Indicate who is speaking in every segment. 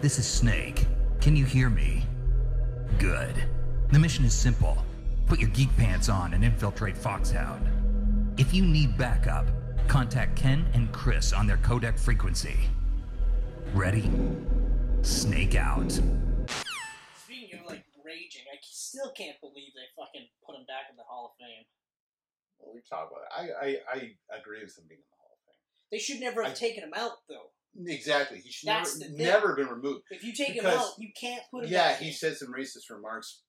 Speaker 1: This is Snake. Can you hear me? Good. The mission is simple put your geek pants on and infiltrate Foxhound. If you need backup, contact Ken and Chris on their codec frequency. Ready? Snake out.
Speaker 2: Speaking of like raging, I still can't believe they fucking put him back in the Hall of Fame.
Speaker 3: Well, we talked about it. I, I, I agree with him being in the Hall of
Speaker 2: They should never have
Speaker 3: I-
Speaker 2: taken him out though.
Speaker 3: Fame. Exactly. He should
Speaker 2: That's
Speaker 3: never,
Speaker 2: the thing.
Speaker 3: never been removed.
Speaker 2: If you take him
Speaker 3: Because-
Speaker 2: out, you can't put him.
Speaker 3: Yeah,
Speaker 2: back
Speaker 3: he
Speaker 2: in.
Speaker 3: said some racist remarks,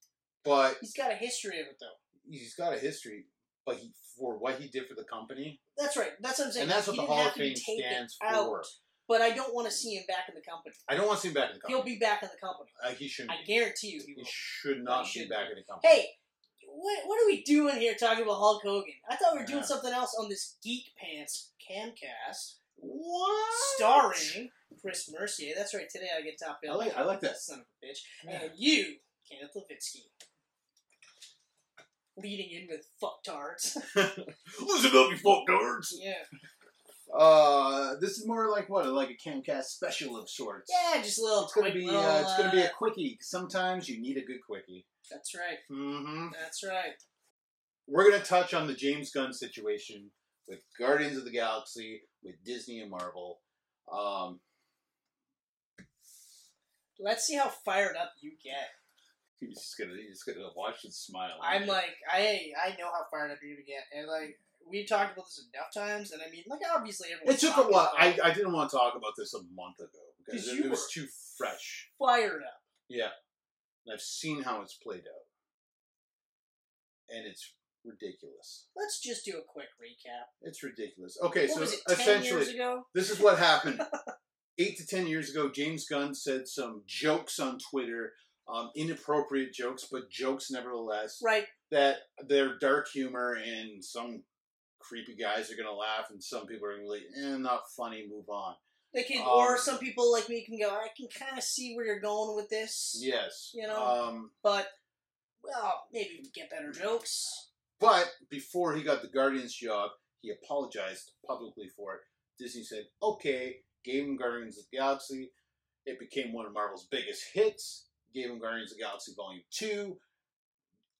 Speaker 3: but
Speaker 2: He's got a history of it though.
Speaker 3: he's got a history. But he, for what he did for the company,
Speaker 2: That's right. That's what I'm saying.
Speaker 3: and that's what
Speaker 2: He
Speaker 3: the
Speaker 2: didn't
Speaker 3: Hall
Speaker 2: have
Speaker 3: of
Speaker 2: to be
Speaker 3: Fame
Speaker 2: taken
Speaker 3: stands
Speaker 2: out,
Speaker 3: for.
Speaker 2: But I don't want to see him back in the company.
Speaker 3: I don't want to see him back in the company.
Speaker 2: He'll be back in the company.
Speaker 3: Uh, he shouldn't.
Speaker 2: I
Speaker 3: be.
Speaker 2: guarantee you, he
Speaker 3: He
Speaker 2: will.
Speaker 3: should
Speaker 2: He
Speaker 3: not be
Speaker 2: should
Speaker 3: back
Speaker 2: be.
Speaker 3: in the company.
Speaker 2: Hey, what what are we doing here talking about Hulk Hogan? I thought we were doing
Speaker 3: Yeah.
Speaker 2: something else on this Geek Pants Camcast,
Speaker 3: what?
Speaker 2: starring Chris Mercier. That's right. Today I get top
Speaker 3: I
Speaker 2: billing.
Speaker 3: like, I like that.
Speaker 2: son of a bitch,
Speaker 3: Yeah.
Speaker 2: and you, Kenneth Levitsky, leading in with fucktards.
Speaker 3: Listen up, you folk nerds.
Speaker 2: yeah,
Speaker 3: Uh, this is more like what, like a Camcast special of sorts.
Speaker 2: yeah, just a little
Speaker 3: It's gonna
Speaker 2: quick
Speaker 3: be,
Speaker 2: little,
Speaker 3: uh, it's gonna be
Speaker 2: uh,
Speaker 3: a quickie. Sometimes you need a good quickie.
Speaker 2: That's right.
Speaker 3: Mm-hmm.
Speaker 2: That's right.
Speaker 3: We're gonna touch on the James Gunn situation with Guardians of the Galaxy, with Disney and Marvel. Um,
Speaker 2: Let's see how fired up you get.
Speaker 3: he's just gonna, he's just gonna watch and smile.
Speaker 2: I'm like, I I know how fired up you're gonna get, and like we talked about this enough times, and I mean, like obviously everyone.
Speaker 3: It took a while. I, I didn't want to talk about this a month ago because
Speaker 2: 'Cause
Speaker 3: it,
Speaker 2: you
Speaker 3: it was
Speaker 2: were-
Speaker 3: too fresh.
Speaker 2: fired up.
Speaker 3: Yeah. And I've seen how it's played out. And it's ridiculous.
Speaker 2: Let's just do a quick recap.
Speaker 3: It's ridiculous. Okay,
Speaker 2: what
Speaker 3: so
Speaker 2: was it? Ten years
Speaker 3: essentially,
Speaker 2: ago.
Speaker 3: this is what happened. Eight to ten years ago, James Gunn said some jokes on Twitter, um, inappropriate jokes, but jokes nevertheless,
Speaker 2: Right.
Speaker 3: that their dark humor and some creepy guys are going to laugh and some people are going to be like, eh, not funny, move on.
Speaker 2: They can,
Speaker 3: Um,
Speaker 2: or some people like me can go. I can kind of see where you're going with this.
Speaker 3: Yes.
Speaker 2: You know.
Speaker 3: Um,
Speaker 2: But, well, maybe we can get better jokes.
Speaker 3: But before he got the Guardians job, he apologized publicly for it. Disney said, okay, gave him Guardians of the Galaxy. It became one of Marvel's biggest hits. Gave him Guardians of the Galaxy Volume 2,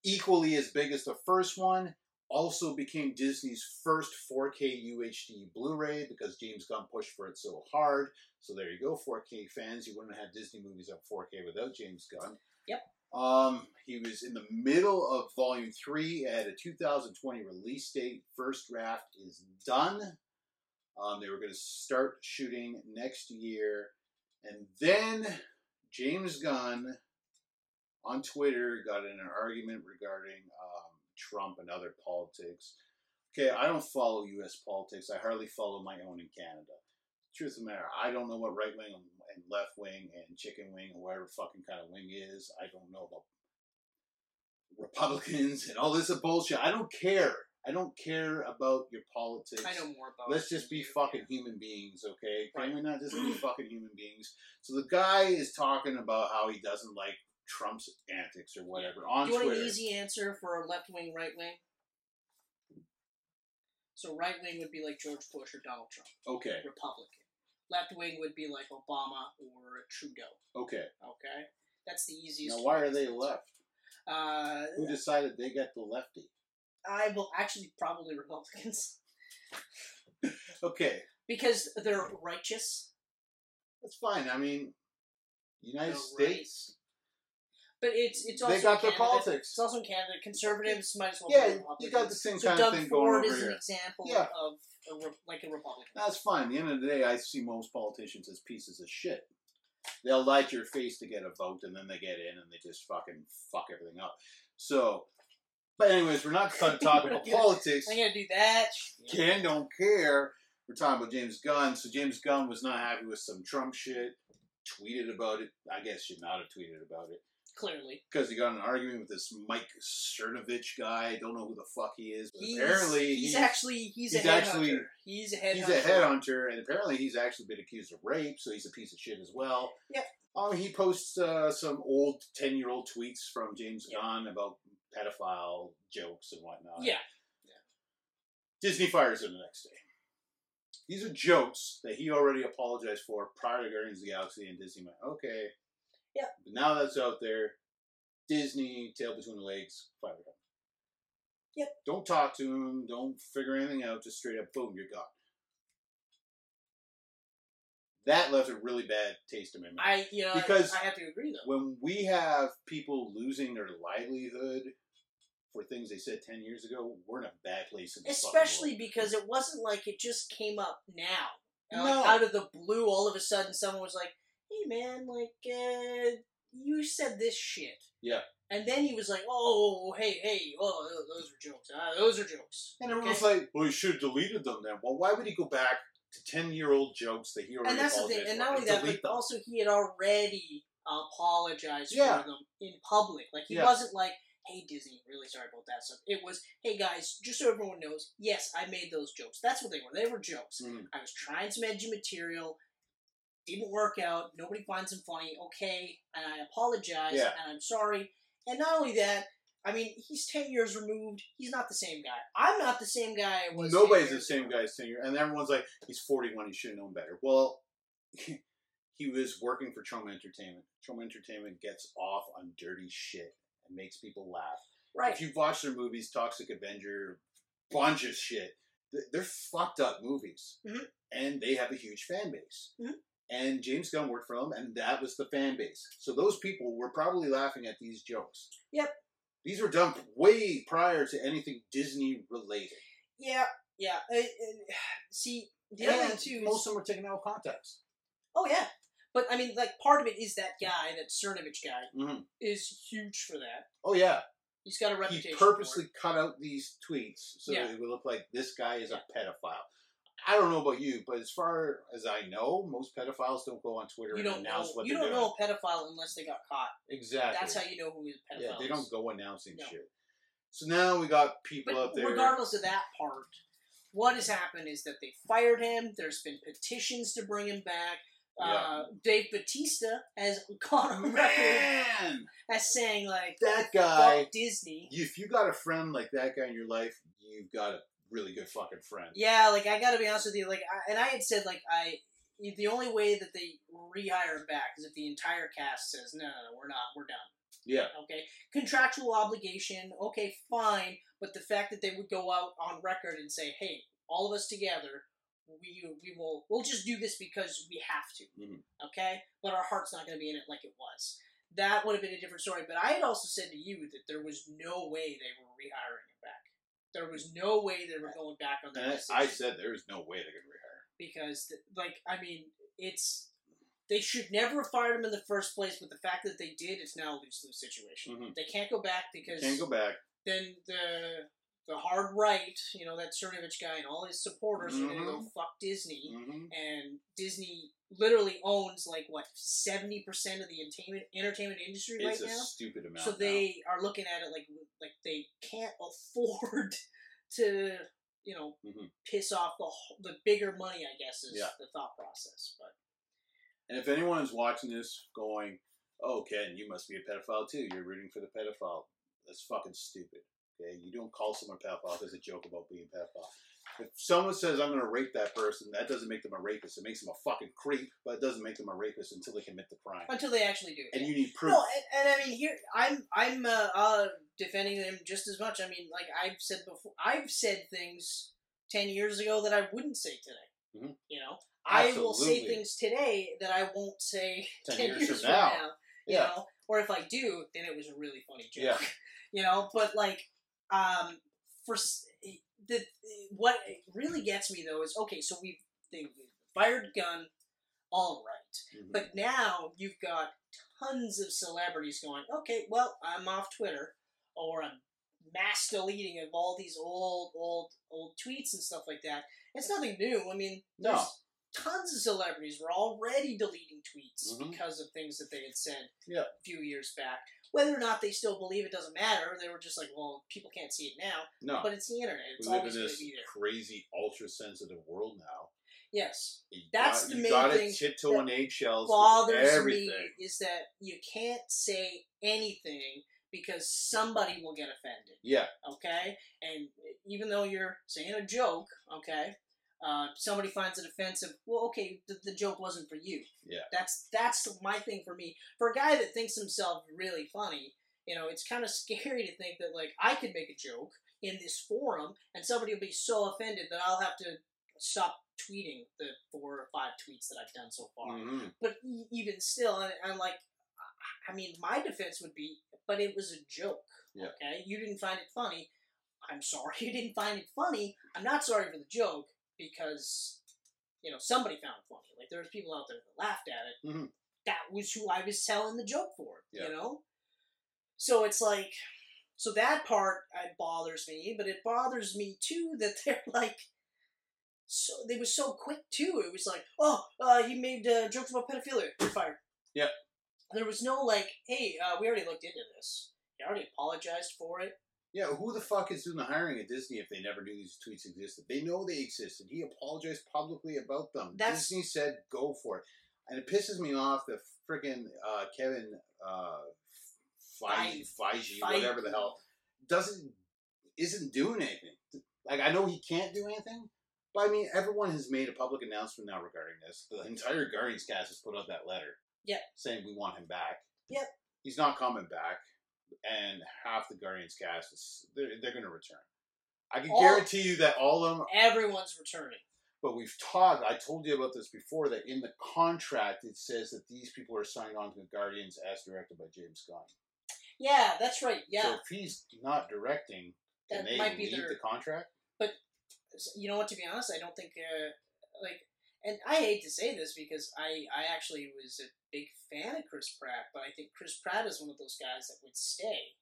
Speaker 3: equally as big as the first one. Also became Disney's first 4K UHD Blu ray because James Gunn pushed for it so hard. So there you go, 4K fans. You wouldn't have had Disney movies up 4K without James Gunn.
Speaker 2: Yep.
Speaker 3: Um, he was in the middle of Volume Three. It had a 2020 release date. First draft is done. Um, they were going to start shooting next year, and then James Gunn on Twitter got in an argument regarding um, Trump and other politics. Okay, I don't follow U.S. politics. I hardly follow my own in Canada truth of the matter, I don't know what right wing and left wing and chicken wing or whatever fucking kind of wing is. I don't know about Republicans and all this bullshit. I don't care. I don't care about your politics.
Speaker 2: I know more about.
Speaker 3: Let's just be
Speaker 2: you.
Speaker 3: fucking human beings, okay?
Speaker 2: Right.
Speaker 3: Can we not just be fucking human beings? So the guy is talking about how he doesn't like Trump's antics or whatever on
Speaker 2: Do you want
Speaker 3: Twitter.
Speaker 2: an easy answer for a left wing, right wing? So right wing would be like George Bush or Donald Trump,
Speaker 3: okay,
Speaker 2: Republican. Left wing would be like Obama or Trudeau.
Speaker 3: okay.
Speaker 2: Okay, that's the easiest.
Speaker 3: Now why
Speaker 2: one.
Speaker 3: are they left?
Speaker 2: Uh,
Speaker 3: Who decided they got the lefty?
Speaker 2: I will actually probably Republicans
Speaker 3: Okay,
Speaker 2: because they're righteous.
Speaker 3: That's fine. I mean, United
Speaker 2: No
Speaker 3: States.
Speaker 2: But it's it's
Speaker 3: They
Speaker 2: also
Speaker 3: got
Speaker 2: in
Speaker 3: their
Speaker 2: Canada.
Speaker 3: politics.
Speaker 2: It's also in Canada. Conservatives might as well.
Speaker 3: Yeah,
Speaker 2: be
Speaker 3: you
Speaker 2: Republicans.
Speaker 3: got the same
Speaker 2: so
Speaker 3: kind
Speaker 2: Doug
Speaker 3: of thing
Speaker 2: Ford
Speaker 3: going over
Speaker 2: is an
Speaker 3: here.
Speaker 2: example
Speaker 3: Yeah.
Speaker 2: of a re- like a Republican.
Speaker 3: That's fine. At the end of the day, I see most politicians as pieces of shit. They'll lie to your face to get a vote, and then they get in and they just fucking fuck everything up. So, but anyways, we're not going to talk about
Speaker 2: Yeah.
Speaker 3: politics.
Speaker 2: I'm gonna do that.
Speaker 3: Ken don't care. We're talking about James Gunn. So James Gunn was not happy with some Trump shit. Tweeted about it. I guess should not have tweeted about it.
Speaker 2: Clearly,
Speaker 3: because he got in an argument with this Mike Cernovich guy. I don't know who the fuck he is. But
Speaker 2: he's,
Speaker 3: apparently,
Speaker 2: he's, actually he's,
Speaker 3: he's
Speaker 2: a
Speaker 3: actually-
Speaker 2: headhunter. He's a headhunter.
Speaker 3: he's a headhunter, and apparently he's actually been accused of rape, so he's a piece of shit as well.
Speaker 2: Yep.
Speaker 3: Um, he posts uh, some old ten-year-old tweets from James
Speaker 2: Yep.
Speaker 3: Gunn about pedophile jokes and whatnot.
Speaker 2: Yeah,
Speaker 3: Disney fires him the next day. These are jokes that he already apologized for prior to Guardians of the Galaxy, and Disney went, okay.
Speaker 2: Yeah.
Speaker 3: But now that's out there, Disney, tail between the legs, fire him.
Speaker 2: Yep.
Speaker 3: Don't talk to him, don't figure anything out, just straight up, boom, you're gone. That left a really bad taste in my mouth
Speaker 2: I you know
Speaker 3: Because-
Speaker 2: I, I have to agree though.
Speaker 3: when we have people losing their livelihood for things they said 10 years ago, we're in a bad place. In this fucking
Speaker 2: Especially
Speaker 3: world.
Speaker 2: because it wasn't like it just came up now. And,
Speaker 3: No.
Speaker 2: Like out of the blue, all of a sudden, someone was like, "Hey, man, like uh, you said this shit."
Speaker 3: Yeah.
Speaker 2: And then he was like, "Oh, hey, hey, oh, tho- those were jokes. Ah, those are jokes."
Speaker 3: And everyone's
Speaker 2: Okay.
Speaker 3: like, well, he should have deleted them then. Well, why would he go back to 10 year old jokes that he already
Speaker 2: and that's the thing.
Speaker 3: apologized
Speaker 2: And
Speaker 3: for
Speaker 2: not only that, but
Speaker 3: delete them?
Speaker 2: also he had already apologized
Speaker 3: Yeah.
Speaker 2: for them in public. Like he
Speaker 3: Yeah.
Speaker 2: wasn't like, "Hey, Disney, really sorry about that stuff." It was, "Hey, guys, just so everyone knows, yes, I made those jokes. That's what they were. They were jokes."
Speaker 3: Mm.
Speaker 2: I was trying some edgy material. Didn't work out. Nobody finds them funny. Okay, and I apologize
Speaker 3: Yeah.
Speaker 2: and I'm sorry. And not only that, I mean, he's ten years removed. He's not the same guy. I'm not the same guy. I was 10
Speaker 3: Nobody's the
Speaker 2: years
Speaker 3: same
Speaker 2: ago.
Speaker 3: guy as 10 year And everyone's like, he's 41, he should have known better. Well, he was working for Trauma Entertainment. Trauma Entertainment gets off on dirty shit and makes people laugh.
Speaker 2: right?
Speaker 3: If you've watched their movies, Toxic Avenger, bunch of shit, th- they're fucked up movies.
Speaker 2: Mhm.
Speaker 3: And they have a huge fan base.
Speaker 2: Mhm.
Speaker 3: And James Gunn worked for them, and that was the fan base. So those people were probably laughing at these jokes.
Speaker 2: Yep.
Speaker 3: These were done way prior to anything Disney related.
Speaker 2: yeah, yeah. Uh, uh, see, the other
Speaker 3: and
Speaker 2: thing too.
Speaker 3: most
Speaker 2: Is,
Speaker 3: of them were taken out of context.
Speaker 2: oh yeah, but I mean, like, part of it is that guy, that Cernovich guy,
Speaker 3: Mhm.
Speaker 2: is huge for that.
Speaker 3: Oh, yeah.
Speaker 2: He's got a
Speaker 3: he
Speaker 2: reputation. for it.
Speaker 3: purposely cut out these tweets so
Speaker 2: Yeah.
Speaker 3: that it would look like this guy is a pedophile. I don't know about you, but as far as I know, most pedophiles don't go on Twitter
Speaker 2: You
Speaker 3: and
Speaker 2: don't know.
Speaker 3: announce what
Speaker 2: You
Speaker 3: they're
Speaker 2: don't
Speaker 3: doing.
Speaker 2: know a pedophile unless they got caught.
Speaker 3: Exactly.
Speaker 2: That's how you know who is a pedophile.
Speaker 3: yeah, they don't
Speaker 2: is.
Speaker 3: go announcing
Speaker 2: No.
Speaker 3: shit. So now we got people
Speaker 2: But
Speaker 3: up there.
Speaker 2: regardless of that part, what has happened is that they fired him. There's been petitions to bring him back. Uh, Dave Batista has gone on record
Speaker 3: Man,
Speaker 2: as saying like
Speaker 3: that guy.
Speaker 2: "Fuck Disney.
Speaker 3: If you got a friend like that guy in your life, you've got a really good fucking friend.
Speaker 2: Yeah, like I gotta be honest with you, like, I, and I had said like I, the only way that they rehire him back is if the entire cast says no, no, no, we're not, we're done.
Speaker 3: Yeah.
Speaker 2: Okay, contractual obligation. Okay, fine, but the fact that they would go out on record and say, hey, all of us together, we we will we'll just do this because we have to.
Speaker 3: Mhm.
Speaker 2: Okay, but our heart's not gonna be in it like it was. That would have been a different story. But I had also said to you that there was no way they were rehiring him back. There was no way they were going back on
Speaker 3: And
Speaker 2: that.
Speaker 3: I, I said there is no way they're gonna rehire.
Speaker 2: because, th- like, I mean, it's they should never have fired him in the first place. But the fact that they did, it's now a lose lose situation.
Speaker 3: Mhm.
Speaker 2: They can't go back because
Speaker 3: Can't go back.
Speaker 2: then the the hard right, you know, that Cernovich guy and all his supporters are gonna
Speaker 3: Mm-hmm.
Speaker 2: go fuck Disney
Speaker 3: hmm
Speaker 2: and Disney literally owns like what seventy percent of the entertainment entertainment industry
Speaker 3: It's
Speaker 2: right
Speaker 3: a
Speaker 2: now.
Speaker 3: stupid amount.
Speaker 2: So
Speaker 3: now.
Speaker 2: they are looking at it like like they can't afford to you know
Speaker 3: Mhm.
Speaker 2: piss off the wh- the bigger money. I guess is
Speaker 3: Yeah.
Speaker 2: the thought process, but.
Speaker 3: And if anyone is watching this going, oh, Ken, you must be a pedophile too. You're rooting for the pedophile. That's fucking stupid. Okay? You don't call someone a pedophile There's a joke about being a pedophile. If someone says, I'm going to rape that person, that doesn't make them a rapist. It makes them a fucking creep, but it doesn't make them a rapist until they commit the crime.
Speaker 2: Until they actually do it.
Speaker 3: And
Speaker 2: yeah.
Speaker 3: you need proof.
Speaker 2: No, and, and I mean here I'm I'm uh, uh, defending them just as much. I mean, like I've said before, I've said things ten years ago that I wouldn't say today.
Speaker 3: Mhm.
Speaker 2: You know, I will say
Speaker 3: Absolutely.
Speaker 2: things today that I won't say
Speaker 3: 10
Speaker 2: ten,
Speaker 3: years from now.
Speaker 2: You
Speaker 3: Yeah.
Speaker 2: know, or if I do, then it was a really funny joke.
Speaker 3: Yeah.
Speaker 2: You know, but like, um, for s- eh, the what really gets me though is okay. So we've they fired gun, all right.
Speaker 3: Mhm.
Speaker 2: But now you've got tons of celebrities going, okay, well, I'm off Twitter, or I'm mass deleting of all these old, old, old tweets and stuff like that. It's nothing new. I mean,
Speaker 3: No.
Speaker 2: there's tons of celebrities were already deleting tweets
Speaker 3: Mhm.
Speaker 2: because of things that they had said
Speaker 3: Yeah.
Speaker 2: a few years back. Whether or not they still believe it doesn't matter. They were just like, well, people can't see it now,
Speaker 3: no.
Speaker 2: but it's the internet. It's
Speaker 3: we live
Speaker 2: always
Speaker 3: in
Speaker 2: going
Speaker 3: this
Speaker 2: to be there.
Speaker 3: crazy, ultra sensitive world now.
Speaker 2: Yes.
Speaker 3: You
Speaker 2: That's
Speaker 3: got,
Speaker 2: the
Speaker 3: you
Speaker 2: main
Speaker 3: gotta
Speaker 2: thing
Speaker 3: tiptoe
Speaker 2: that
Speaker 3: on eggshells. with
Speaker 2: bothers
Speaker 3: everything.
Speaker 2: me is that you can't say anything because somebody will get offended,
Speaker 3: Yeah.
Speaker 2: okay? And even though you're saying a joke, okay, Uh, somebody finds it offensive. Well, okay, the, the joke wasn't for you.
Speaker 3: Yeah.
Speaker 2: That's that's my thing for me. For a guy that thinks himself really funny, you know, it's kind of scary to think that like I could make a joke in this forum and somebody will be so offended that I'll have to stop tweeting the four or five tweets that I've done so far.
Speaker 3: Mhm.
Speaker 2: But e- even still, I- I'm like, I- I mean, my defense would be, but it was a joke.
Speaker 3: Yeah.
Speaker 2: Okay, you didn't find it funny. I'm sorry you didn't find it funny. I'm not sorry for the joke because you know somebody found it funny. Like there was people out there that laughed at it.
Speaker 3: Mhm.
Speaker 2: That was who I was telling the joke for.
Speaker 3: Yeah.
Speaker 2: You know, so it's like, so that part uh, bothers me, but it bothers me too that they're like. So they were so quick too. It was like, oh, uh, he made uh, jokes about pedophilia. You're fired.
Speaker 3: Yeah.
Speaker 2: There was no like, hey, uh, we already looked into this. He already apologized for it.
Speaker 3: Yeah, who the fuck is doing the hiring at Disney if they never knew these tweets existed? They know they existed. He apologized publicly about them.
Speaker 2: That's-
Speaker 3: Disney said go for it. And it pisses me off that freaking uh, Kevin uh, Feige, Feige, whatever the hell, doesn't isn't doing anything. Like I know he can't do anything, but I mean everyone has made a public announcement now regarding this. The entire Guardians cast has put out that letter.
Speaker 2: Yep.
Speaker 3: Saying we want him back.
Speaker 2: Yep.
Speaker 3: He's not coming back, and half the Guardians cast is they're, they're going to return. I can
Speaker 2: All-
Speaker 3: guarantee you that all of them.
Speaker 2: Everyone's returning.
Speaker 3: But we've taught. I told you about this before. That in the contract it says that these people are signed on to the Guardians as directed by James Gunn.
Speaker 2: Yeah, that's right.
Speaker 3: So
Speaker 2: Yeah.
Speaker 3: if he's not directing, can
Speaker 2: That
Speaker 3: they
Speaker 2: might be
Speaker 3: leave
Speaker 2: their-
Speaker 3: the contract?
Speaker 2: you know what? To be honest, I don't think uh, like, and I hate to say this because I I actually was a big fan of Chris Pratt, but I think Chris Pratt is one of those guys that would stay.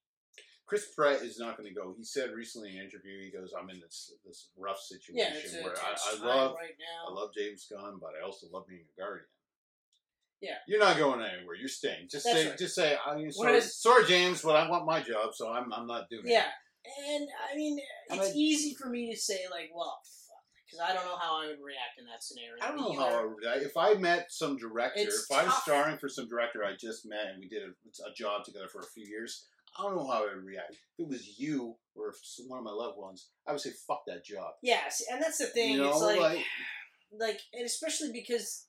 Speaker 3: Chris Pratt is not going to go. He said recently in an interview, he goes, "I'm in this this rough
Speaker 2: Yeah,
Speaker 3: situation
Speaker 2: it's a
Speaker 3: where
Speaker 2: tense
Speaker 3: I, I
Speaker 2: time
Speaker 3: love
Speaker 2: right
Speaker 3: I
Speaker 2: now.
Speaker 3: love James Gunn, but I also love being a guardian."
Speaker 2: Yeah.
Speaker 3: you're not going anywhere. You're staying. Just
Speaker 2: That's
Speaker 3: say,
Speaker 2: right.
Speaker 3: just say, I'm
Speaker 2: What
Speaker 3: sorry,
Speaker 2: is-
Speaker 3: sorry, James, but I want my job, so I'm I'm not doing
Speaker 2: Yeah,
Speaker 3: it.
Speaker 2: and I mean,
Speaker 3: And
Speaker 2: it's
Speaker 3: I-
Speaker 2: easy for me to say like, well, because I don't know how I would react in that scenario.
Speaker 3: I don't know
Speaker 2: either.
Speaker 3: how. I, would- I- if I met some director,
Speaker 2: It's
Speaker 3: if I was
Speaker 2: tough.
Speaker 3: starring for some director I just met and we did a, a job together for a few years, I don't know how I would react. If it was you or if it's one of my loved ones, I would say, "Fuck that job."
Speaker 2: Yes, and that's the thing.
Speaker 3: You know,
Speaker 2: it's like,
Speaker 3: like-
Speaker 2: like, and especially because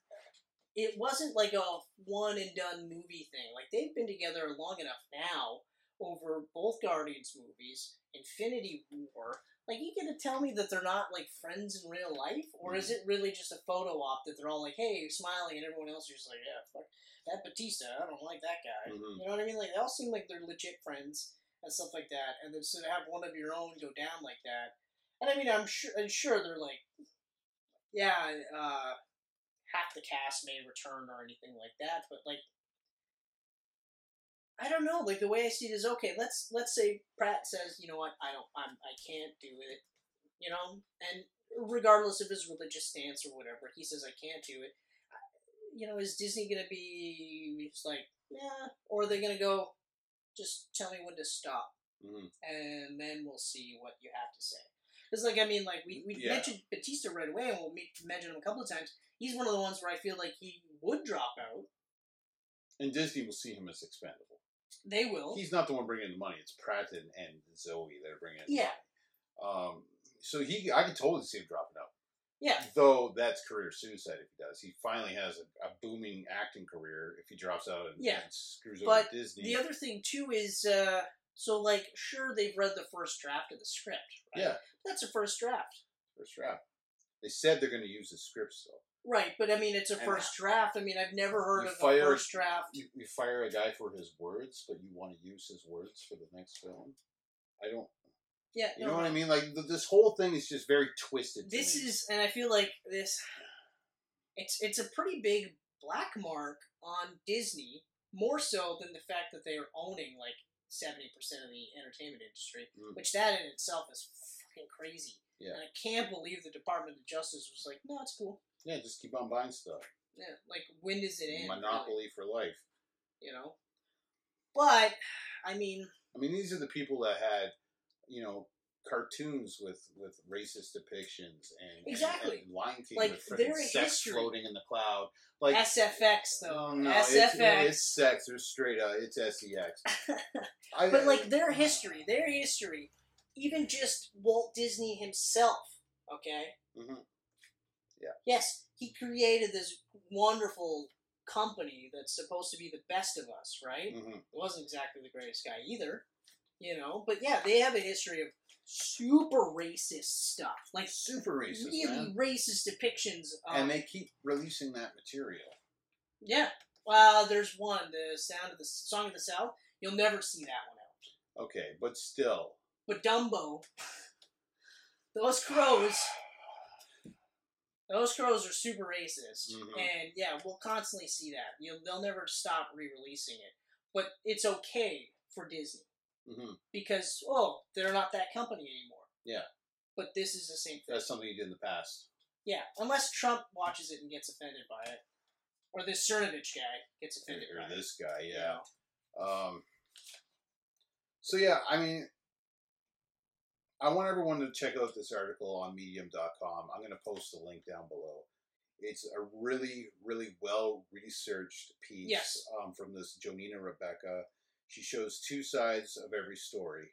Speaker 2: it wasn't like a one and done movie thing. Like they've been together long enough now over both Guardians movies, Infinity War. Like, you gonna tell me that they're not like friends in real life, or
Speaker 3: Mm.
Speaker 2: is it really just a photo op that they're all like, "Hey, you're smiling," and everyone else is just like, "Yeah, fuck that Batista. I don't like that guy."
Speaker 3: Mhm.
Speaker 2: You know what I mean? Like they all seem like they're legit friends and stuff like that. And then so to have one of your own go down like that, and I mean, I'm sure, I'm sure they're like, yeah, uh, half the cast may return or anything like that. But like, I don't know. Like the way I see it is okay. Let's let's say Pratt says, you know what, I don't, I'm, I can't do it. You know, and regardless of his religious stance or whatever, he says I can't do it. You know, is Disney gonna be just like, yeah, or are they gonna go? Just tell me when to stop
Speaker 3: Mhm.
Speaker 2: and then we'll see what you have to say. Because, like, I mean, like, we, we
Speaker 3: Yeah.
Speaker 2: mentioned Batista right away, and we'll me- mention him a couple of times. He's one of the ones where I feel like he would drop out.
Speaker 3: And Disney will see him as expendable.
Speaker 2: They will.
Speaker 3: He's not the one bringing in the money. It's Pratt and, and Zoe that are bringing. In the
Speaker 2: yeah,
Speaker 3: money. Um. So he, I can totally see him dropping out.
Speaker 2: yeah,
Speaker 3: Though that's career suicide if he does. He finally has a, a booming acting career. If he drops out and,
Speaker 2: Yeah.
Speaker 3: and screws over
Speaker 2: But
Speaker 3: Disney.
Speaker 2: The other thing too is uh so like sure they've read the first draft of the script, right?
Speaker 3: yeah,
Speaker 2: That's a first draft.
Speaker 3: first draft. They said they're going to use the scripts though.
Speaker 2: Right, but I mean it's a
Speaker 3: And-
Speaker 2: first draft. I mean I've never heard
Speaker 3: You
Speaker 2: of
Speaker 3: fire-
Speaker 2: a first draft.
Speaker 3: You, you fire a guy for his words, but you want to use his words for the next film. I don't.
Speaker 2: Yeah,
Speaker 3: You
Speaker 2: no,
Speaker 3: know what I mean? Like th- this whole thing is just very twisted. to
Speaker 2: This
Speaker 3: me.
Speaker 2: is, and I feel like this. It's it's a pretty big black mark on Disney, more so than the fact that they are owning like seventy percent of the entertainment industry,
Speaker 3: Mm.
Speaker 2: which that in itself is fucking crazy.
Speaker 3: Yeah.
Speaker 2: And I can't believe the Department of Justice was like, no, it's cool.
Speaker 3: yeah. Just keep on buying stuff.
Speaker 2: Yeah, like when does it end? really,
Speaker 3: Monopoly for life.
Speaker 2: you know. But I mean,
Speaker 3: I mean, these are the people that had, you know, cartoons with with racist depictions and
Speaker 2: Exactly.
Speaker 3: and, and Lion King
Speaker 2: Like,
Speaker 3: with
Speaker 2: there
Speaker 3: freaking
Speaker 2: is
Speaker 3: sex
Speaker 2: history.
Speaker 3: floating in the cloud. Like
Speaker 2: SFX though,
Speaker 3: Oh, no,
Speaker 2: SFX.
Speaker 3: It's, it's sex. There's straight up. It's sex. I-
Speaker 2: But like their history, their history, even just Walt Disney himself, okay,
Speaker 3: Mhm. Yeah.
Speaker 2: Yes, he created this wonderful company that's supposed to be the best of us, right?
Speaker 3: Mhm.
Speaker 2: wasn't exactly the greatest guy either, you know. But yeah, they have a history of super racist stuff, like
Speaker 3: Super racist,
Speaker 2: really
Speaker 3: man.
Speaker 2: racist depictions. Of,
Speaker 3: And they keep releasing that material.
Speaker 2: yeah. Well, there's one, the sound of the song of the south. You'll never see that one out.
Speaker 3: Okay, but still,
Speaker 2: But Dumbo, those crows, those crows are super racist,
Speaker 3: Mhm.
Speaker 2: and yeah, we'll constantly see that. You'll, they'll never stop re-releasing it, but it's okay for Disney
Speaker 3: hmm
Speaker 2: because oh, they're not that company anymore.
Speaker 3: Yeah.
Speaker 2: But this is the same thing.
Speaker 3: that's something you did in the past.
Speaker 2: Yeah, unless Trump watches it and gets offended by it, or this Cernovich guy gets offended
Speaker 3: Or
Speaker 2: by it.
Speaker 3: this guy,
Speaker 2: you
Speaker 3: yeah.
Speaker 2: know.
Speaker 3: Um, so yeah, I mean, I want everyone to check out this article on Medium.com. I'm going to post a link down below. It's a really, really well researched piece
Speaker 2: Yes.
Speaker 3: um, from this Jonina Rebecca. She shows two sides of every story,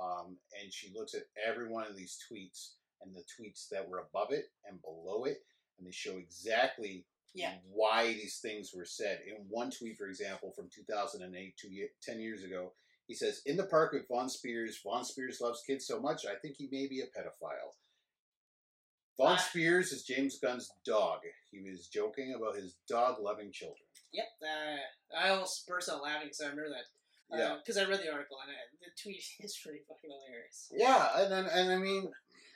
Speaker 3: um, and she looks at every one of these tweets and the tweets that were above it and below it, and they show exactly
Speaker 2: Yeah.
Speaker 3: why these things were said. In one tweet, for example, from 2008, two ye 10 years ago, he says, In the park with Vaughn Spears, Vaughn Spears loves kids so much, I think he may be a pedophile. Vaughn
Speaker 2: Ah.
Speaker 3: Spears is James Gunn's dog. He was joking about his dog loving children.
Speaker 2: Yep. Uh, I almost burst out laughing because I remember that.
Speaker 3: Yeah.
Speaker 2: Because I read the article and I, the tweet is pretty fucking hilarious.
Speaker 3: Yeah, and then, and I mean,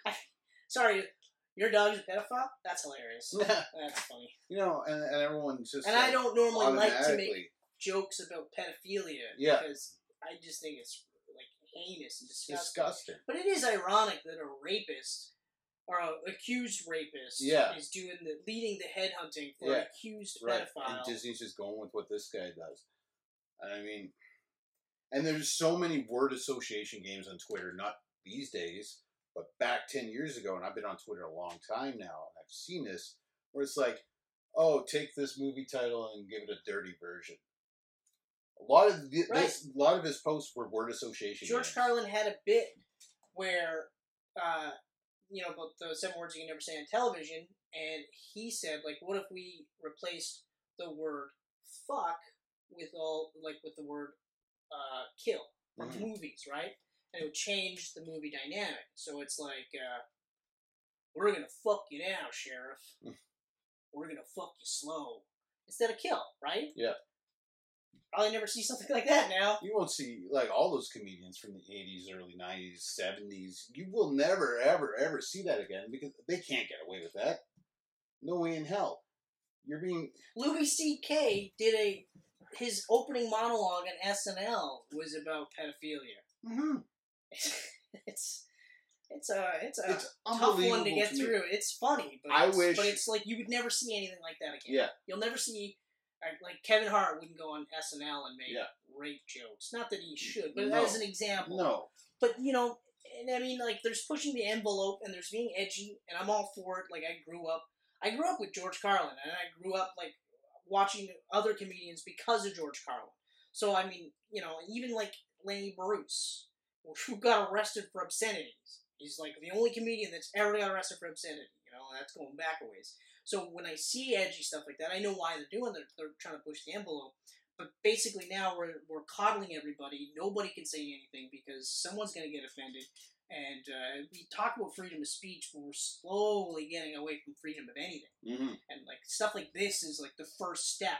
Speaker 2: Sorry, your dog's a pedophile? That's hilarious. That's funny.
Speaker 3: you know, and, and everyone's just.
Speaker 2: And I
Speaker 3: like,
Speaker 2: don't normally like to make
Speaker 3: automatically-
Speaker 2: jokes about pedophilia
Speaker 3: Yeah.
Speaker 2: because I just think it's like heinous and disgusting.
Speaker 3: Disgusting.
Speaker 2: But it is ironic that a rapist or a accused rapist
Speaker 3: Yeah.
Speaker 2: is doing the leading the headhunting for an
Speaker 3: Yeah,
Speaker 2: accused
Speaker 3: Right.
Speaker 2: pedophile.
Speaker 3: And Disney's just going with what this guy does. And I mean, and there's so many word association games on Twitter, not these days, but back 10 years ago, and I've been on Twitter a long time now, and I've seen this, where it's like, oh, take this movie title and give it a dirty version. A lot of the,
Speaker 2: Right.
Speaker 3: this, a lot of his posts were word association.
Speaker 2: George
Speaker 3: games.
Speaker 2: Carlin had a bit where, uh, you know, about the seven words you can never say on television, and he said, like, what if we replaced the word "fuck" with all, like, with the word uh, "kill" from
Speaker 3: Mhm.
Speaker 2: movies, right? And it would change the movie dynamic. So it's like, uh, we're gonna fuck you now, sheriff. we're gonna fuck you slow instead of kill, right?
Speaker 3: Yeah.
Speaker 2: Probably never see something like that now.
Speaker 3: You won't see like all those comedians from the '80s, early '90s, '70s. You will never, ever, ever see that again because they can't get away with that. No way in hell. You're being
Speaker 2: Louis C.K. did a his opening monologue on SNL was about pedophilia. Mm-hmm. it's it's a it's a
Speaker 3: it's
Speaker 2: tough
Speaker 3: unbelievable
Speaker 2: one to get
Speaker 3: me.
Speaker 2: through. It's funny, but
Speaker 3: I
Speaker 2: it's,
Speaker 3: wish-
Speaker 2: but it's like you would never see anything like that again.
Speaker 3: Yeah.
Speaker 2: you'll never see like- like Kevin Hart wouldn't go on SNL and make
Speaker 3: Yeah.
Speaker 2: rape jokes. Not that he should, but
Speaker 3: No.
Speaker 2: as an example.
Speaker 3: No,
Speaker 2: But you know, and I mean, like there's pushing the envelope and there's being edgy, and I'm all for it. Like I grew up, I grew up with George Carlin, and I grew up like watching other comedians because of George Carlin. So I mean, you know, even like Lenny Bruce, who got arrested for obscenities. He's like the only comedian that's ever got arrested for obscenity. You know, and that's going back a ways. So when I see edgy stuff like that, I know why they're doing it. They're trying to push the envelope. But basically now we're, we're coddling everybody. Nobody can say anything because someone's going to get offended. And uh, we talk about freedom of speech, but we're slowly getting away from freedom of anything.
Speaker 3: hmm
Speaker 2: And like stuff like this is like the first step,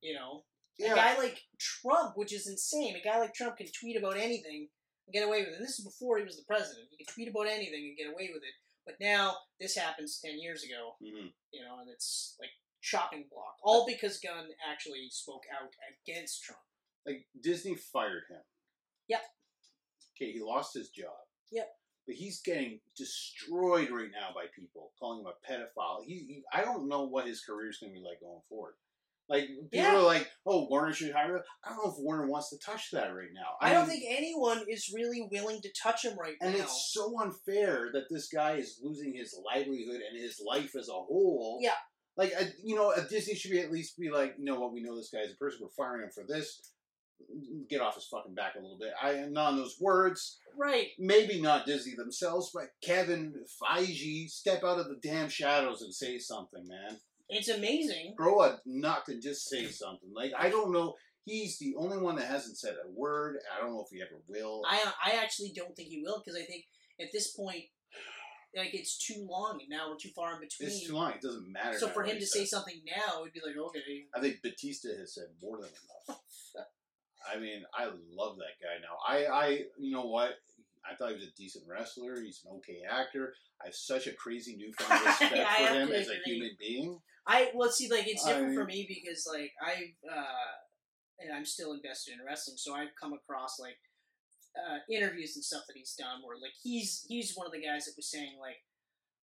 Speaker 2: you know. A
Speaker 3: yeah,
Speaker 2: guy like Trump, which is insane. A guy like Trump can tweet about anything and get away with it. And this is before he was the president. He could tweet about anything and get away with it. But now this happens ten years ago
Speaker 3: hmm
Speaker 2: you know, and it's like chopping block. All because Gunn actually spoke out against Trump.
Speaker 3: like Disney fired him.
Speaker 2: Yep.
Speaker 3: Okay, he lost his job.
Speaker 2: Yep.
Speaker 3: But he's getting destroyed right now by people calling him a pedophile. He, he I don't know what his career is going to be like going forward. Like people
Speaker 2: Yeah.
Speaker 3: are like, oh, Warner should hire. him." I don't know if Warner wants to touch that right now.
Speaker 2: I don't
Speaker 3: mean,
Speaker 2: think anyone is really willing to touch him right
Speaker 3: And
Speaker 2: now.
Speaker 3: it's so unfair that this guy is losing his livelihood and his life as a whole. uh,
Speaker 2: Yeah.
Speaker 3: Like, I- you know, a Disney should be at least be like, you know what, we know this guy is a person. We're firing him for this. get off his fucking back a little bit. I am not on those words.
Speaker 2: Right.
Speaker 3: Maybe not Disney themselves, but Kevin Feige, step out of the damn shadows and say something, man.
Speaker 2: It's amazing.
Speaker 3: Grow a nut and just say something. Like I don't know. He's the only one that hasn't said a word. I don't know if he ever will.
Speaker 2: I uh, I actually don't think he will because I think at this point, like it's too long and now we're too far in between.
Speaker 3: it's too long. It doesn't matter.
Speaker 2: So
Speaker 3: now
Speaker 2: for
Speaker 3: what
Speaker 2: him
Speaker 3: he
Speaker 2: to
Speaker 3: says.
Speaker 2: say something now would be like okay.
Speaker 3: I think Batista has said more than enough. I mean, I love that guy now. I, I, you know what? I thought he was a decent wrestler. He's an okay actor. I have such a crazy newfound respect
Speaker 2: I
Speaker 3: for
Speaker 2: have
Speaker 3: him
Speaker 2: to
Speaker 3: as a
Speaker 2: agree.
Speaker 3: human being.
Speaker 2: I well see like it's
Speaker 3: I
Speaker 2: different for
Speaker 3: mean-
Speaker 2: me because like I uh, and I'm still invested in wrestling, so I've come across like uh, interviews and stuff that he's done where like he's he's one of the guys that was saying like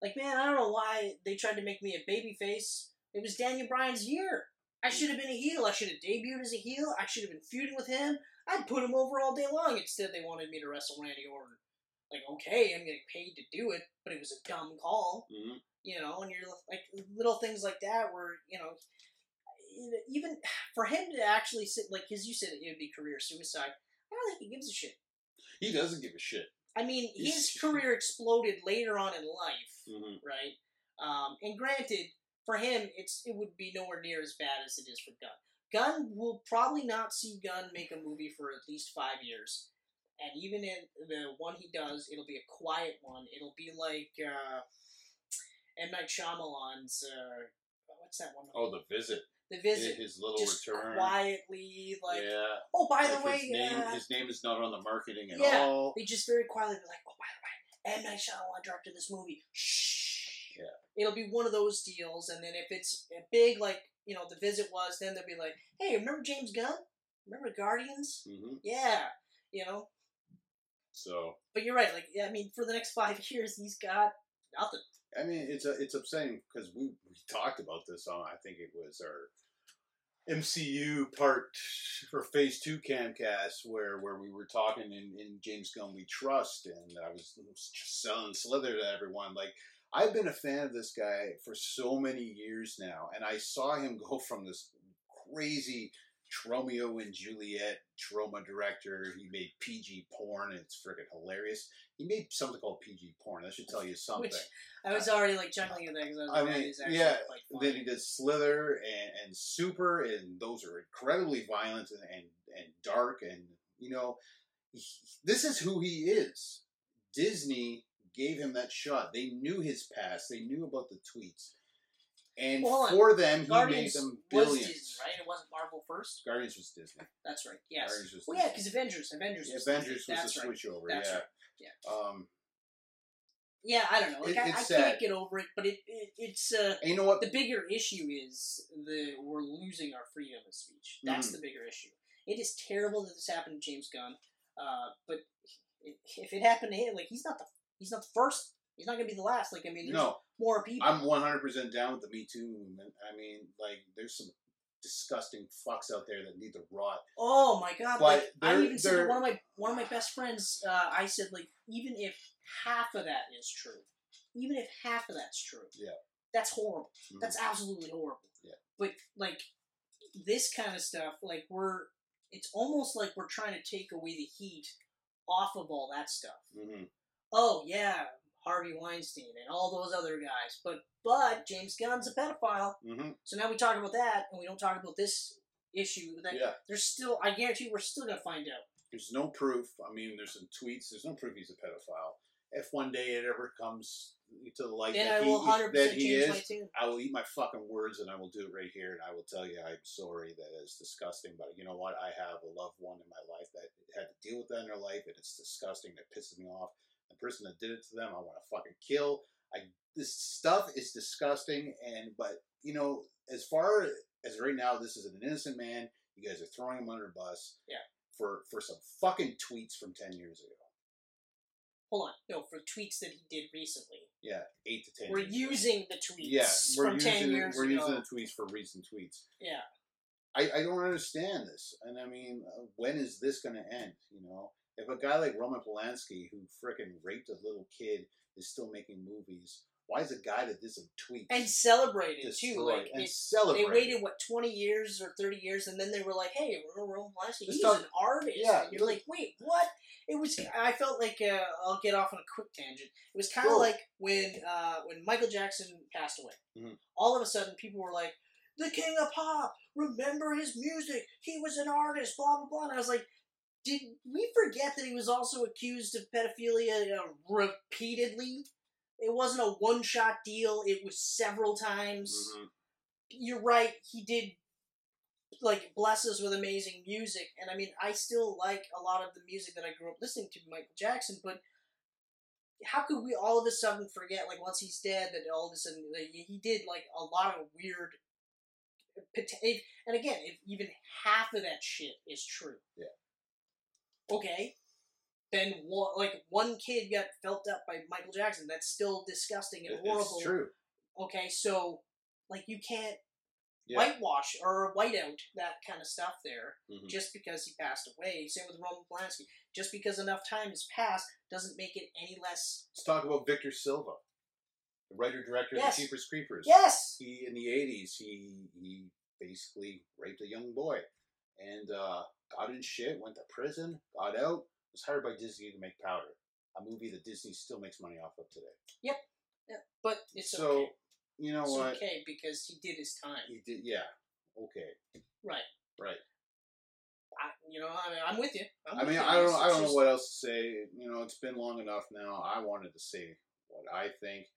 Speaker 2: like man I don't know why they tried to make me a baby face. It was Daniel Bryan's year. I should have been a heel. I should have debuted as a heel. I should have been feuding with him. I'd put him over all day long. Instead, they wanted me to wrestle Randy Orton. Like, okay, I'm getting paid to do it, but it was a dumb call
Speaker 3: Mhm.
Speaker 2: you know, and you're like little things like that where you know, even for him to actually sit like because you said it would be career suicide. I don't think he gives a shit.
Speaker 3: He doesn't give a shit.
Speaker 2: I mean, his
Speaker 3: He's-
Speaker 2: career exploded later on in life,
Speaker 3: Mm-hmm.
Speaker 2: right? Um, and granted, for him, it's it would be nowhere near as bad as it is for Gunn. Gunn will probably not see Gunn make a movie for at least five years, and even in the one he does, it'll be a quiet one. It'll be like uh, M Night Shyamalan's uh, what's that one?
Speaker 3: Oh, the visit.
Speaker 2: the Visit.
Speaker 3: His little
Speaker 2: Just
Speaker 3: return.
Speaker 2: quietly, like
Speaker 3: yeah.
Speaker 2: oh, by
Speaker 3: Like,
Speaker 2: the way,
Speaker 3: his name,
Speaker 2: uh,
Speaker 3: his name is not on the marketing at
Speaker 2: Yeah.
Speaker 3: all.
Speaker 2: They just very quietly be like, oh, by the way, M. Night Shyamalan directed this movie. Shh.
Speaker 3: Yeah.
Speaker 2: It'll be one of those deals, and then if it's a big, like, you know, The Visit was, then they'll be like, hey, remember James Gunn? Remember Guardians?
Speaker 3: hmm
Speaker 2: Yeah. You know?
Speaker 3: So
Speaker 2: But you're right. Like, I mean, for the next five years, he's got nothing.
Speaker 3: I mean, it's a, it's upsetting because we, we talked about this on I think it was our MCU part for Phase Two Camcast where where we were talking in, in James Gunn we trust and I was just selling slither to everyone like I've been a fan of this guy for so many years now and I saw him go from this crazy Romeo and Juliet trauma director he made PG porn and it's freaking hilarious he made something called PG porn that should tell you something. Uh,
Speaker 2: Which I was already, like, juggling with that because I was
Speaker 3: I
Speaker 2: like, that
Speaker 3: mean,
Speaker 2: is actually
Speaker 3: yeah,
Speaker 2: quite
Speaker 3: And
Speaker 2: funny.
Speaker 3: Then he did Slither and, and Super, and those are incredibly violent and, and, and dark. And, you know, he, this is who he is. Disney gave him that shot. They knew his past, they knew about the tweets. And
Speaker 2: Well, hold on.
Speaker 3: for them, he
Speaker 2: Guardians
Speaker 3: made them
Speaker 2: was
Speaker 3: billions.
Speaker 2: Disney, right? It wasn't Marvel first?
Speaker 3: Guardians was Disney.
Speaker 2: That's right, yes.
Speaker 3: Guardians was
Speaker 2: Well, yeah,
Speaker 3: Disney.
Speaker 2: because Avengers. Avengers was
Speaker 3: Avengers
Speaker 2: Disney.
Speaker 3: was
Speaker 2: That's
Speaker 3: the
Speaker 2: right.
Speaker 3: switchover,
Speaker 2: That's
Speaker 3: yeah.
Speaker 2: right. Yeah.
Speaker 3: Um,
Speaker 2: Yeah, I don't know. Like,
Speaker 3: It-
Speaker 2: I,
Speaker 3: it's
Speaker 2: I
Speaker 3: sad.
Speaker 2: can't get over it, but it, it it's uh,
Speaker 3: and you know what?
Speaker 2: the bigger issue is the we're losing our freedom of speech. That's
Speaker 3: Mhm.
Speaker 2: the bigger issue. It is terrible that this happened to James Gunn, uh, but i- if it happened to him, like he's not the he's not the first. He's not gonna be the last. Like I mean, there's
Speaker 3: no,
Speaker 2: more people.
Speaker 3: I'm 100% down with the Me Too movement. I mean, like, there's some disgusting fucks out there that need to rot.
Speaker 2: Oh my god!
Speaker 3: But
Speaker 2: Like, I
Speaker 3: they're-
Speaker 2: even said to
Speaker 3: they're-
Speaker 2: one of my one of my best friends. Uh, I said like even if half of that is true, even if half of that's true,
Speaker 3: Yeah.
Speaker 2: that's horrible.
Speaker 3: Mhm.
Speaker 2: That's absolutely horrible.
Speaker 3: Yeah.
Speaker 2: But like this kind of stuff, like we're it's almost like we're trying to take away the heat off of all that stuff.
Speaker 3: Mm-hmm.
Speaker 2: Oh yeah, Harvey Weinstein and all those other guys, but but James Gunn's a pedophile.
Speaker 3: Mm-hmm.
Speaker 2: So now we talk about that, and we don't talk about this issue that
Speaker 3: Yeah.
Speaker 2: there's still I guarantee we're still gonna find out.
Speaker 3: There's no proof. I mean, there's some tweets. There's no proof he's a pedophile. If one day it ever comes to the light
Speaker 2: Then
Speaker 3: that,
Speaker 2: I will
Speaker 3: he,
Speaker 2: hundred
Speaker 3: that
Speaker 2: percent
Speaker 3: he
Speaker 2: change
Speaker 3: is,
Speaker 2: my tune.
Speaker 3: I will eat my fucking words and I will do it right here and I will tell you I'm sorry. That is disgusting. But you know what? I have a loved one in my life that had to deal with that in their life and it's disgusting. It pisses me off. The person that did it to them, I want to fucking kill. I this stuff is disgusting. And but you know, as far as right now, this is an innocent man. You guys are throwing him under the bus.
Speaker 2: Yeah.
Speaker 3: For for some fucking tweets from ten years ago.
Speaker 2: Hold on, no, for tweets that he did recently.
Speaker 3: Yeah, eight to ten.
Speaker 2: We're
Speaker 3: years ago.
Speaker 2: using the tweets
Speaker 3: Yeah, we're
Speaker 2: from
Speaker 3: using
Speaker 2: ten
Speaker 3: the-
Speaker 2: years
Speaker 3: we're
Speaker 2: ago.
Speaker 3: using the tweets for recent tweets.
Speaker 2: Yeah.
Speaker 3: I, I don't understand this, and I mean, uh, when is this going to end? You know, if a guy like Roman Polanski, who frickin' raped a little kid, is still making movies, Why is a guy that did some tweets
Speaker 2: and celebrated too.
Speaker 3: destroyed
Speaker 2: Like
Speaker 3: and
Speaker 2: it, they
Speaker 3: celebrated?
Speaker 2: waited what twenty years or thirty years, and then they were like, "Hey, we're gonna roll Blasky.
Speaker 3: This
Speaker 2: He's
Speaker 3: does-
Speaker 2: an artist."
Speaker 3: yeah.
Speaker 2: and you're like, "Wait, what?" It was. I felt like uh, I'll get off on a quick tangent. It was kind of
Speaker 3: Sure.
Speaker 2: like when uh, when Michael Jackson passed away.
Speaker 3: Mhm.
Speaker 2: All of a sudden, people were like, "The King of Pop. Remember his music. He was an artist." Blah blah blah. And I was like. Did we forget that he was also accused of pedophilia uh, repeatedly? It wasn't a one shot deal, it was several times
Speaker 3: Mhm.
Speaker 2: you're right. He did like bless us with amazing music, and I mean, I still like a lot of the music that I grew up listening to, Michael Jackson. But how could we all of a sudden forget? Like once he's dead, that all of a sudden like, he he did like a lot of weird. pot- if- And again, if even half of that shit is true,
Speaker 3: Yeah.
Speaker 2: Okay, then one like one kid got felt up by Michael Jackson. That's still disgusting and
Speaker 3: It-
Speaker 2: horrible.
Speaker 3: It's true.
Speaker 2: Okay, so like you can't
Speaker 3: Yeah.
Speaker 2: whitewash or white out that kind of stuff there
Speaker 3: Mhm.
Speaker 2: just because he passed away. Same with Roman Polanski. Just because enough time has passed doesn't make it any less.
Speaker 3: Let's talk about Victor Silva, the writer director
Speaker 2: Yes.
Speaker 3: of the Jeepers Creepers.
Speaker 2: Yes.
Speaker 3: He in the eighties, he he basically raped a young boy, and uh, got in shit, went to prison, got out, was hired by Disney to make Powder, a movie that Disney still makes money off of today.
Speaker 2: But it's
Speaker 3: so
Speaker 2: okay.
Speaker 3: you know
Speaker 2: It's
Speaker 3: what?
Speaker 2: okay because he did his time.
Speaker 3: He did, yeah. Okay.
Speaker 2: Right.
Speaker 3: Right.
Speaker 2: I, you know, I mean, I'm with you. I'm
Speaker 3: I
Speaker 2: with you.
Speaker 3: mean, I don't,
Speaker 2: It's-
Speaker 3: I
Speaker 2: it's
Speaker 3: don't know
Speaker 2: just-
Speaker 3: what else to say. You know, it's been long enough now. I wanted to say what I think.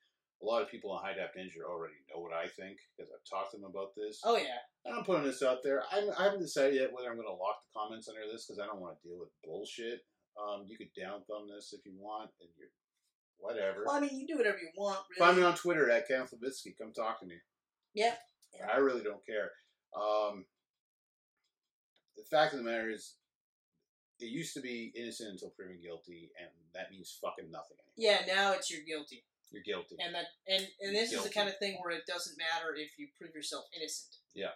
Speaker 3: A lot of people on High Dap Ninja already know what I think because I've talked to them about this.
Speaker 2: Oh yeah.
Speaker 3: And I'm putting this out there. I'm, I haven't decided yet whether I'm going to lock the comments under this because I don't want to deal with bullshit. Um, you could down thumb this if you want, and you're whatever.
Speaker 2: Well, I mean, you do whatever you want,
Speaker 3: Find me
Speaker 2: really.
Speaker 3: on Twitter at Cam Flabitsky. Come talk to me.
Speaker 2: Yeah.
Speaker 3: I really don't care. Um, the fact of the matter is, it used to be innocent until proven guilty, and that means fucking nothing anymore.
Speaker 2: Yeah. Now it's you're guilty,
Speaker 3: You're guilty.
Speaker 2: and that and and this is
Speaker 3: Guilty.
Speaker 2: the kind of thing where it doesn't matter if you prove yourself innocent.
Speaker 3: Yeah.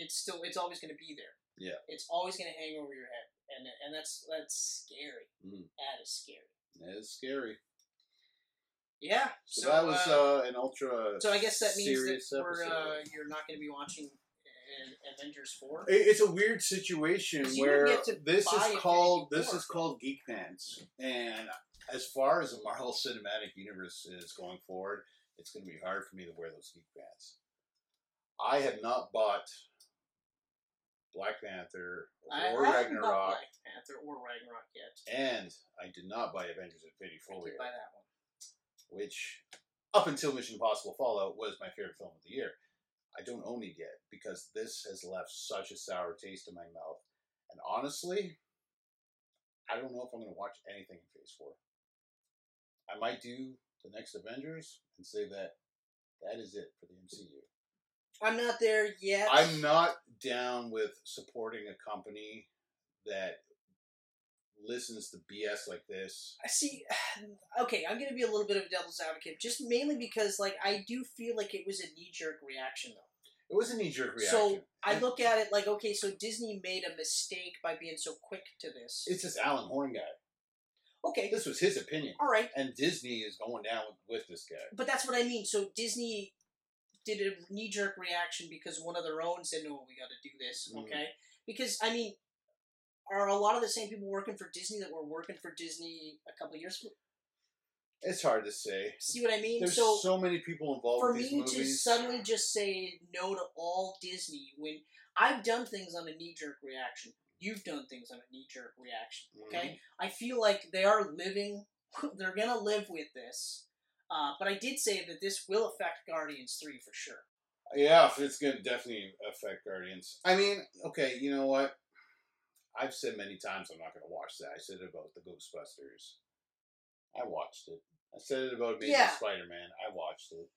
Speaker 2: It's still it's always going to be there.
Speaker 3: Yeah.
Speaker 2: It's always going to hang over your head, and and that's that's scary.
Speaker 3: Mm.
Speaker 2: That is scary.
Speaker 3: That is scary.
Speaker 2: Yeah.
Speaker 3: So,
Speaker 2: So,
Speaker 3: that was
Speaker 2: uh,
Speaker 3: uh, an ultra.
Speaker 2: so I guess that means that
Speaker 3: serious
Speaker 2: we're uh,
Speaker 3: episode.
Speaker 2: you're not going to be watching uh, Avengers four.
Speaker 3: It- It's a weird situation
Speaker 2: You
Speaker 3: where
Speaker 2: get to
Speaker 3: this
Speaker 2: buy
Speaker 3: is
Speaker 2: it
Speaker 3: called
Speaker 2: if you
Speaker 3: this
Speaker 2: want.
Speaker 3: is called Geek Pants, and as far as the Marvel Cinematic Universe is going forward, it's going to be hard for me to wear those Geek Pants. I have not bought Black Panther
Speaker 2: I,
Speaker 3: or
Speaker 2: I haven't bought
Speaker 3: Ragnarok,
Speaker 2: Black Panther or Ragnarok yet.
Speaker 3: and I did not buy Avengers Infinity
Speaker 2: I
Speaker 3: Four
Speaker 2: did
Speaker 3: yet,
Speaker 2: buy that one.
Speaker 3: which up until Mission Impossible Fallout was my favorite film of the year. I don't own it yet because this has left such a sour taste in my mouth. And honestly, I don't know if I'm going to watch anything in Phase 4. I might do the next Avengers and say that that is it for the MCU.
Speaker 2: I'm not there yet.
Speaker 3: I'm not down with supporting a company that listens to BS like this.
Speaker 2: I see. Okay, I'm going to be a little bit of a devil's advocate, just mainly because like I do feel like it was a knee jerk reaction though.
Speaker 3: It was a knee jerk reaction.
Speaker 2: So I
Speaker 3: And
Speaker 2: look at it like, okay, so Disney made a mistake by being so quick to this.
Speaker 3: it's this Alan Horn guy.
Speaker 2: Okay,
Speaker 3: This was his opinion.
Speaker 2: all right,
Speaker 3: and Disney is going down with, with this guy.
Speaker 2: but that's what I mean. So Disney did a knee jerk reaction because one of their own said, "No, we got to do this."
Speaker 3: Mhm.
Speaker 2: Okay, because I mean, are a lot of the same people working for Disney that were working for Disney a couple of years? ago?
Speaker 3: It's hard to say.
Speaker 2: See what I mean?
Speaker 3: There's
Speaker 2: so
Speaker 3: so, many people involved
Speaker 2: for
Speaker 3: with these
Speaker 2: me
Speaker 3: movies.
Speaker 2: to suddenly just say no to all Disney when I've done things on a knee jerk reaction. You've done things on a knee jerk reaction.
Speaker 3: Mhm.
Speaker 2: Okay, I feel like they are living. They're gonna live with this. Uh, but I did say that this will affect Guardians three for sure.
Speaker 3: Yeah, it's going to definitely affect Guardians. I mean, okay, you know what? I've said many times I'm not going to watch that. I said it about the Ghostbusters. I watched it. I said it about Amazing
Speaker 2: Yeah.
Speaker 3: Spider Man. I watched it.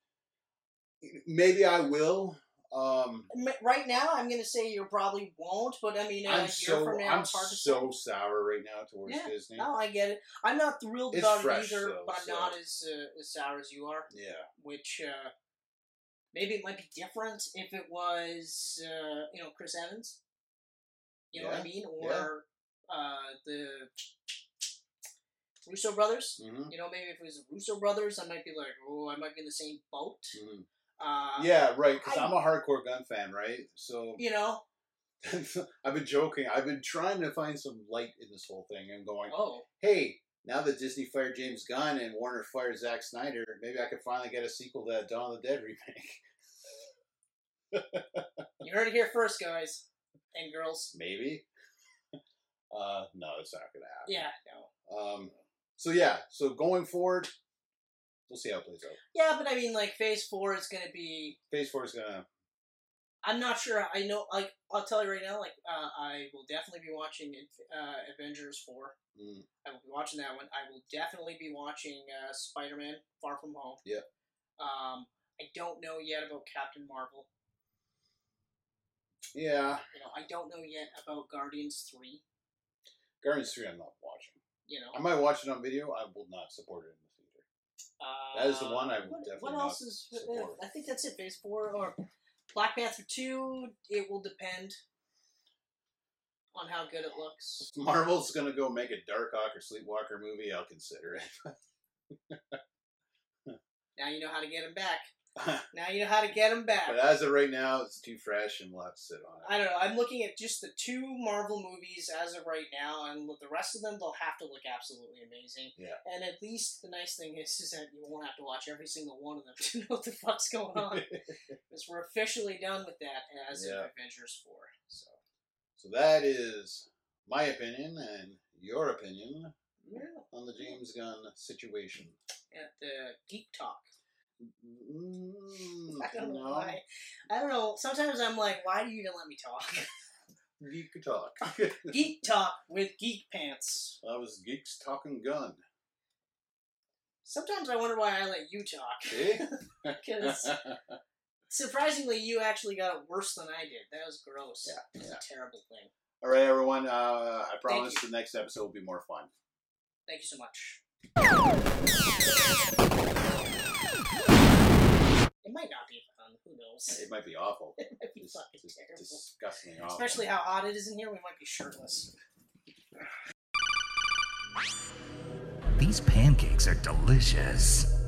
Speaker 3: Maybe I will. Um,
Speaker 2: M- Right now, I'm gonna say you probably won't. But I mean, uh, a
Speaker 3: I'm
Speaker 2: year
Speaker 3: so
Speaker 2: from now,
Speaker 3: I'm
Speaker 2: it's hard to
Speaker 3: so sour right now towards
Speaker 2: Yeah,
Speaker 3: Disney.
Speaker 2: No, I get it. I'm not thrilled
Speaker 3: It's
Speaker 2: about
Speaker 3: fresh,
Speaker 2: it either,
Speaker 3: though,
Speaker 2: but I'm
Speaker 3: so-
Speaker 2: not as uh, as sour as you are.
Speaker 3: Yeah.
Speaker 2: Which uh, maybe it might be different if it was uh, you know Chris Evans. You know what I
Speaker 3: Yeah,
Speaker 2: mean, or
Speaker 3: yeah.
Speaker 2: uh, the Russo brothers.
Speaker 3: Mm-hmm.
Speaker 2: You know, maybe if it was the Russo brothers, I might be like, oh, I might be in the same boat.
Speaker 3: Mm-hmm.
Speaker 2: Uh,
Speaker 3: Mm. Yeah, right. Because
Speaker 2: I-
Speaker 3: I'm a hardcore gun fan, right? So
Speaker 2: You know,
Speaker 3: I've been joking. I've been trying to find some light in this whole thing and going,
Speaker 2: oh,
Speaker 3: hey, now that Disney fired James Gunn and Warner fired Zack Snyder, maybe I could finally get a sequel to that Dawn of the Dead remake.
Speaker 2: you heard it here first, guys and girls.
Speaker 3: maybe. Uh, no, it's not going to happen.
Speaker 2: Yeah, no.
Speaker 3: Um, so yeah, so going forward, we'll see how it plays out.
Speaker 2: Yeah, but I mean, like, phase four is going to be.
Speaker 3: Phase four is gonna.
Speaker 2: I'm not sure. I know, like, I'll tell you right now, like, uh, I will definitely be watching uh, Avengers 4.
Speaker 3: Mm,
Speaker 2: I will be watching that one. I will definitely be watching uh, Spider Man Far From Home.
Speaker 3: Yeah.
Speaker 2: Um, I don't know yet about Captain Marvel.
Speaker 3: yeah,
Speaker 2: You know, I don't know yet about Guardians 3.
Speaker 3: Guardians three, I'm not watching.
Speaker 2: You know,
Speaker 3: I might watch it on video. I will not support it in the theater.
Speaker 2: Uh,
Speaker 3: That is the one I would
Speaker 2: what,
Speaker 3: definitely
Speaker 2: What
Speaker 3: not
Speaker 2: else is?
Speaker 3: support.
Speaker 2: I think that's it. Phase four or Black Panther two. It will depend on how good it looks.
Speaker 3: If Marvel's gonna go make a Dark Hawk or Sleepwalker movie, I'll consider it.
Speaker 2: Now you know how to get him back.
Speaker 3: but
Speaker 2: Now you know how to get him back.
Speaker 3: as of right now, it's too fresh, and we'll have to sit on it.
Speaker 2: I don't know. I'm looking at just the two Marvel movies as of right now, and with the rest of them, they'll have to look absolutely amazing.
Speaker 3: Yeah.
Speaker 2: And at least the nice thing is, is that you won't have to watch every single one of them to know what the fuck's going on, because we're officially done with that as
Speaker 3: Yeah.
Speaker 2: of Avengers four. So.
Speaker 3: So that is my opinion and your opinion
Speaker 2: Yeah.
Speaker 3: on the James Gunn situation.
Speaker 2: at the Geek Talk.
Speaker 3: Mm,
Speaker 2: I don't know
Speaker 3: no.
Speaker 2: why. I don't know. Sometimes I'm like, why do you even let me talk?
Speaker 3: Geek talk.
Speaker 2: Geek Talk with Geek Pants.
Speaker 3: That was Geeks Talking Gun.
Speaker 2: Sometimes I wonder why I let you talk.
Speaker 3: See?
Speaker 2: 'Cause surprisingly, you actually got it worse than I did. That was gross.
Speaker 3: Yeah,
Speaker 2: That was
Speaker 3: yeah.
Speaker 2: a terrible thing.
Speaker 3: All right, everyone. Uh, I promise the next episode will be more fun.
Speaker 2: Thank you so much. It might not be fun. Who knows?
Speaker 3: It might be awful.
Speaker 2: It might be
Speaker 3: It's
Speaker 2: fucking
Speaker 3: just
Speaker 2: terrible.
Speaker 3: disgustingly awful.
Speaker 2: Especially how hot it is in here, we might be shirtless.
Speaker 1: These pancakes are delicious.